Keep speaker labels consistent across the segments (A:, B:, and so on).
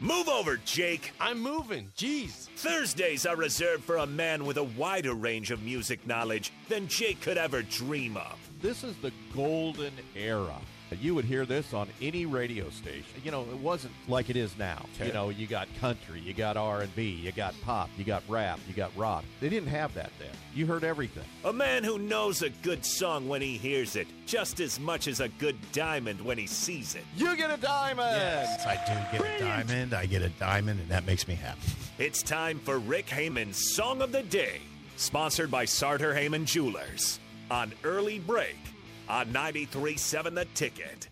A: Move over, Jake.
B: I'm moving. Jeez.
A: Thursdays are reserved for a man with a wider range of music knowledge than Jake could ever dream of.
C: This is the golden era. You would hear this on any radio station. You know, it wasn't like it is now. You know, you got country, you got R&B, you got pop, you got rap, you got rock. They didn't have that then. You heard everything.
A: A man who knows a good song when he hears it, just as much as a good diamond when he sees it.
C: You get a diamond.
D: Yes, I do get a diamond. I get a diamond, and that makes me happy.
A: It's time for Rick Heyman's Song of the Day, sponsored by Sartor Heyman Jewelers. On Early Break, on 93.7 The Ticket.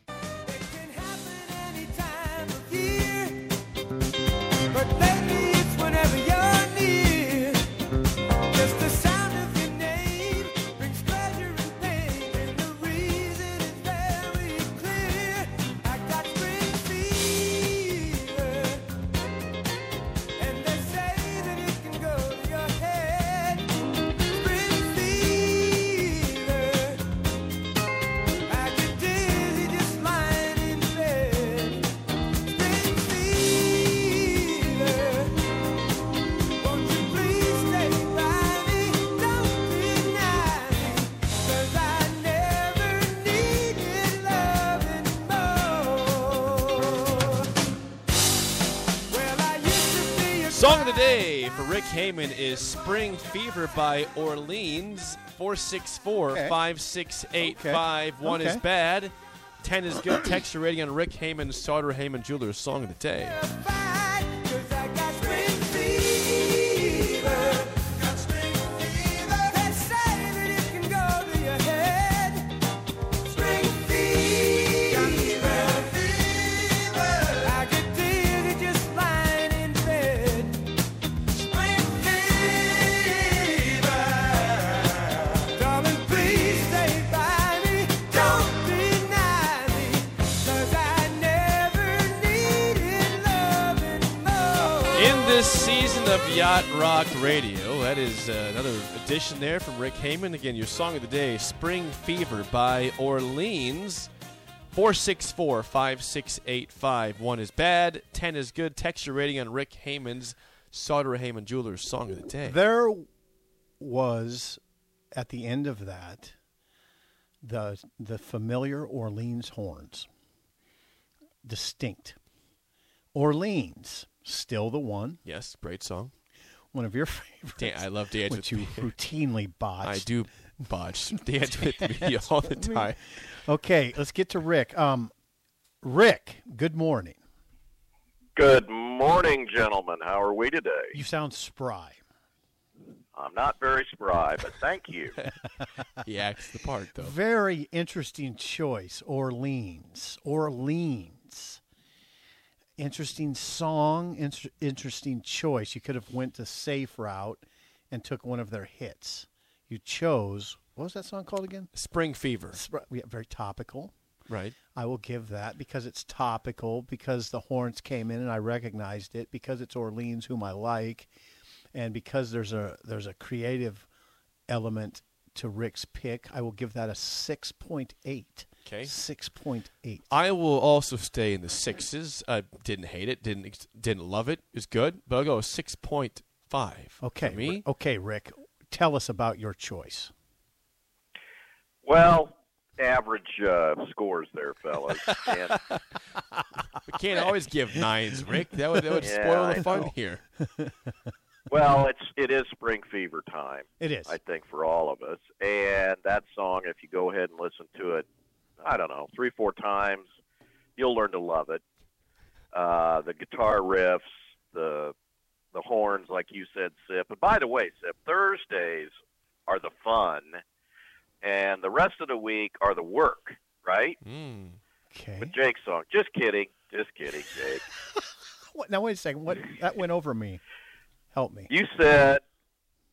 B: Song of the day for Rick Heyman is Spring Fever by Orleans. 464 568 51 is
C: Okay.
B: bad. 10 is good. Text your rating on Rick Heyman's Sauter Heyman Jewelers Song of the Day. In this season of Yacht Rock Radio, that is uh, another edition there from Rick Heyman. Again, your song of the day, Spring Fever by Orleans. 464 568 51 is bad, 10 is good. Texture rating on Rick Heyman's Sauter Heyman Jewelers Song of the Day.
D: There was at the end of that the the familiar Orleans horns. Distinct. Orleans, still the one,
B: yes, great song.
D: one of your favorites,
B: Dan- I love Dance
D: which
B: with
D: you
B: Me.
D: routinely botch.
B: I do botch Dance with Me all the time.
D: Okay, let's get to Rick. Um, Rick, good morning.
E: Good morning, gentlemen. How are we today?
D: You sound spry.
E: I'm not very spry, but thank you.
B: He acts the part, though.
D: Very interesting choice, Orleans. Orleans. Interesting song, inter- interesting choice. You could have went the safe route and took one of their hits. You chose what was that song called again?
B: Spring Fever.
D: Spry- yeah, very topical.
B: Right.
D: I will give that because it's topical, because the horns came in and I recognized it, because it's Orleans, whom I like, and because there's a there's a creative element to Rick's pick. I will give that a six point eight.
B: Okay.
D: Six point eight.
B: I will also stay in the sixes. I didn't hate it. Didn't ex- didn't love it. It's good, but I'll go six point five.
D: Okay.
B: for me.
D: Ri- Okay, Rick. Tell us about your choice.
E: Well, average uh, scores there, fellas. And,
B: We can't always give nines, Rick. That would that would
E: Yeah,
B: spoil
E: I
B: the fun
E: know.
B: here.
E: well, it's it is spring fever time,
D: It is.
E: I think, for all of us. And that song, if you go ahead and listen to it, I don't know, three four times, you'll learn to love it. Uh, the guitar riffs, the the horns, like you said, Sip. And by the way, Sip, Thursdays are the fun, and the rest of the week are the work, right?
B: Mm.
D: okay.
E: with Jake's song. Just kidding. Just kidding, Jake.
D: What- now wait a second. What that went over me. Help me.
E: You said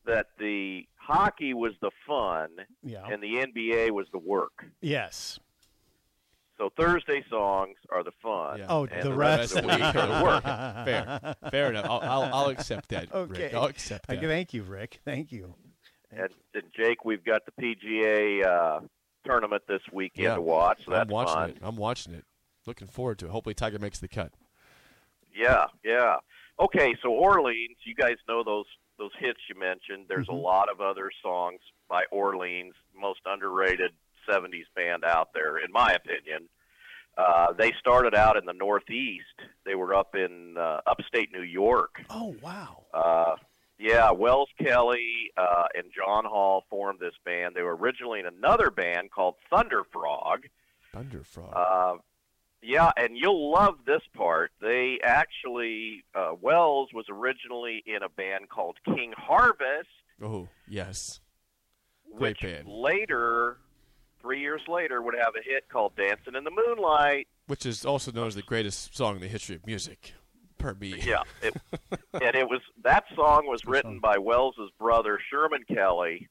E: that the hockey was the fun
D: Yeah.
E: and the NBA was the work.
D: yes.
E: So Thursday songs are the fun.
B: Yeah.
D: Oh,
E: and
D: the,
E: the
D: rest.
E: rest
B: of the week are the work. Fair, fair enough. I'll I'll, I'll accept that.
D: Okay.
B: Rick. I'll accept
D: I-
B: that.
D: Thank you, Rick. Thank you.
E: And, and Jake, we've got the PGA uh, tournament this weekend
B: Yeah.
E: to watch. So that's
B: I'm watching
E: fun.
B: it. I'm watching it. Looking forward to it. Hopefully, Tiger makes the cut.
E: Yeah, yeah. Okay, so Orleans, you guys know those those hits you mentioned. There's
D: Mm-hmm.
E: a lot of other songs by Orleans, most underrated 70s band out there, in my opinion. Uh, they started out in the Northeast. They were up in uh, upstate New York,
D: Oh wow.
E: uh, yeah, Wells Kelly uh, and John Hall formed this band. They were originally in another band called Thunder Frog.
B: Thunder Frog.
E: Uh, yeah, and you'll love this part. They actually, uh, Wells was originally in a band called King Harvest,
B: oh yes. Great
E: which
B: band.
E: later, three years later, would have a hit called Dancing in the Moonlight.
B: Which is also known as the greatest song in the history of music, per me.
E: Yeah, it, and it was that song was written by Wells's brother Sherman Kelly,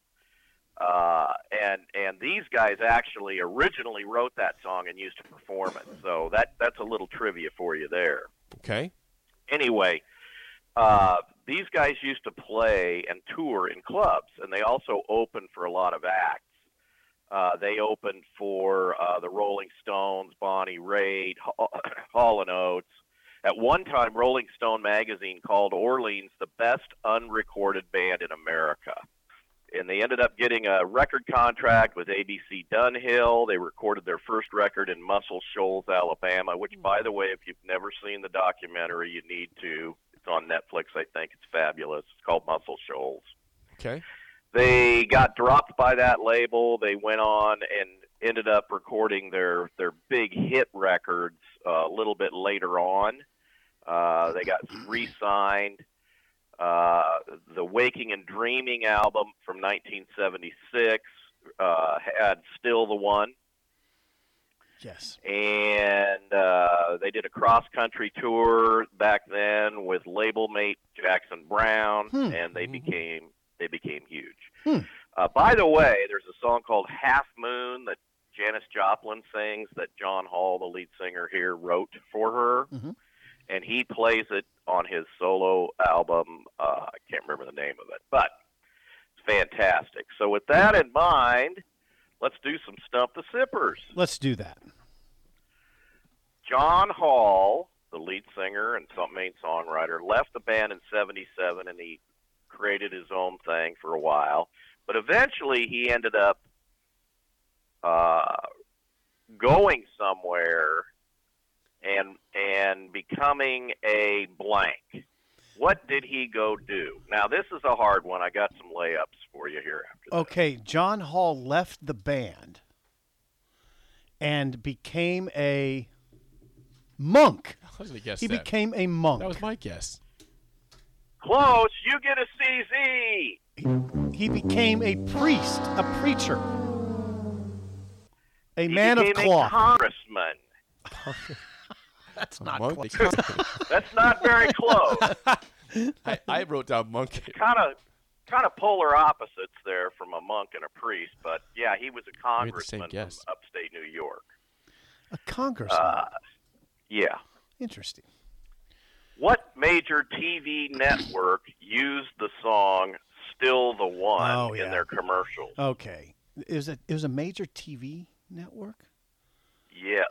E: uh, and and these guys actually originally wrote that song and used to perform it. So that that's a little trivia for you there.
B: Okay.
E: Anyway, uh, these guys used to play and tour in clubs, and they also opened for a lot of acts. Uh, they opened for uh, the Rolling Stones, Bonnie Raitt, Hall- Hall and Oates. At one time, Rolling Stone magazine called Orleans the best unrecorded band in America. And they ended up getting a record contract with ABC Dunhill. They recorded their first record in Muscle Shoals, Alabama, which, by the way, if you've never seen the documentary, you need to. It's on Netflix, I think. It's fabulous. It's called Muscle Shoals
B: Okay.
E: they got dropped by that label. They went on and ended up recording their their big hit records uh, a little bit later on. Uh, they got re-signed. Uh, the Waking and Dreaming album from 1976 uh, had "Still the One."
D: Yes.
E: and uh, they did a cross country tour back then with label mate Jackson Brown,
D: Hmm.
E: and they became they became huge.
D: Hmm.
E: Uh, by the way, there's a song called Half Moon that Janis Joplin sings that John Hall, the lead singer here, wrote for her,
D: Mhm.
E: and he plays it on his solo album. Uh, I can't remember the name of it, but it's fantastic. So with that in mind, let's do some stump the sippers.
D: Let's do that.
E: John Hall, the lead singer and some main songwriter, left the band in 77 and he created his own thing for a while. But eventually he ended up uh, going somewhere and and becoming a blank. What did he go do? Now this is a hard one. I got some layups for you here after this.
D: Okay, John Hall left the band and became a monk.
B: I was gonna guess
D: He
B: that.
D: became a monk.
B: that was my guess.
E: Close, you get a CZ.
D: He became a priest, a preacher, a
E: He
D: man of
E: became a
D: cloth.
E: congressman.
D: That's
B: A
D: not
B: monk?
D: close.
E: That's not very close.
B: I, I wrote down monk.
E: kind of kind of polar opposites there from a monk and a priest, but yeah, he was a
B: had the same
E: congressman from
B: guess.
E: upstate New York.
D: a congressman.
E: Uh. Yeah.
D: Interesting.
E: What major TV network used the song "Still the One"
D: Oh, yeah.
E: in their commercials?
D: Okay, it was a it was a major TV network.
E: Yes.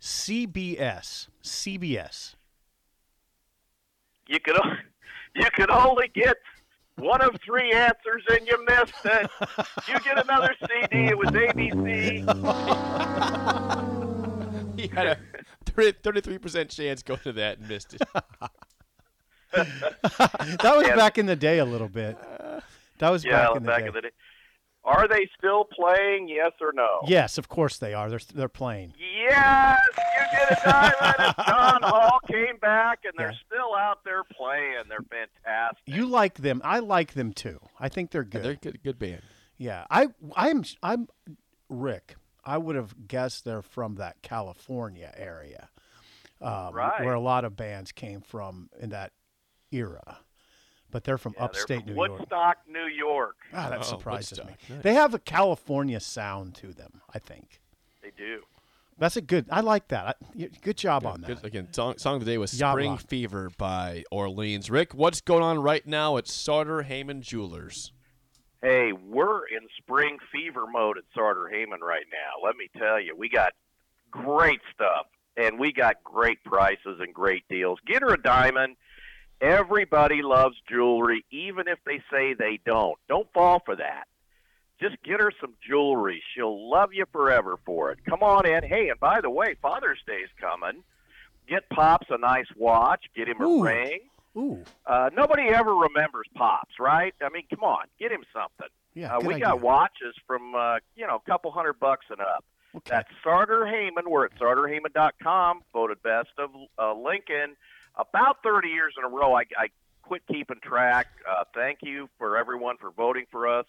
D: CBS, CBS.
E: You could o- you could only get one of three answers and you missed it. You get another CD. It was ABC.
B: He had a 33 percent chance going to that and missed it.
D: That was
E: Yeah.
D: back in the day a little bit. That was
E: Yeah,
D: back in the day.
E: back in the day. Are they still playing? Yes or no?
D: Yes, of course they are. They're they're playing.
E: Yes, you get a diamond. And John Hall came back, and they're
D: Yeah.
E: still out there playing. They're fantastic.
D: You like them. I like them too. I think they're good.
B: They're a good, good band.
D: yeah. I I'm I'm Rick. I would have guessed they're from that California area. Um,
E: Right.
D: where a lot of bands came from in that era. But they're from
E: Yeah, they're
D: upstate
E: from
D: New York.
E: Woodstock, New York.
D: Ah, that
B: Oh,
D: surprises
B: Woodstock.
D: me.
B: Nice.
D: They have a California sound to them, I think.
E: They do.
D: That's a good. I like that. I, y- good job on that.
B: Good- again, song, song of the day was
D: Yacht
B: "Spring
D: Rock.
B: Fever" by Orleans. Rick, what's going on right now at Sarter Heyman Jewelers?
E: Hey, we're in spring fever mode at Sartor Heyman right now. Let me tell you, we got great stuff. And we got great prices and great deals. Get her a diamond. Everybody loves jewelry, even if they say they don't. Don't fall for that. Just get her some jewelry. She'll love you forever for it. Come on in. Hey, and by the way, Father's Day's coming. Get Pops a nice watch. Get him a
D: Ooh.
E: ring.
D: Ooh,
E: Uh, nobody ever remembers Pops, right? I mean, come on. Get him something.
D: yeah.
E: Uh,
D: good
E: we
D: idea.
E: got watches from uh, you know a couple hundred bucks and up.
D: Okay.
E: That's Sarter Heyman. We're at sarterheyman.com. Voted best of uh, Lincoln about 30 years in a row. I, I quit keeping track. Uh, thank you for everyone for voting for us.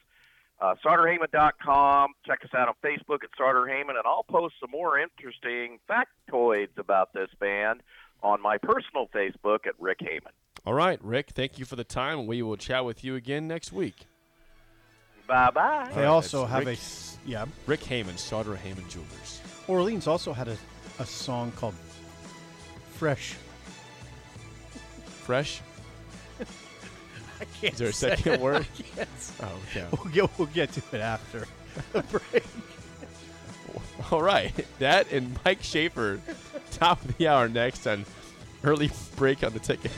E: Uh, sarterheyman.com. Check us out on Facebook at Sarter Heyman, and I'll post some more interesting factoids about this band on my personal Facebook at Rick Heyman.
B: All right, Rick, thank you for the time. We will chat with you again next week.
E: Bye bye.
D: They also
B: that's
D: have
B: Rick-
D: a s- yeah.
B: Rick Heyman, Sauter Heyman Jewelers.
D: Orleans also had a, a song called "Fresh."
B: Fresh?
D: I can't
B: Is there a second word?
D: Yes.
B: Oh, okay.
D: We'll get we'll get to it after the break.
B: All right. That and Mike Schaefer, top of the hour next on early break on the ticket.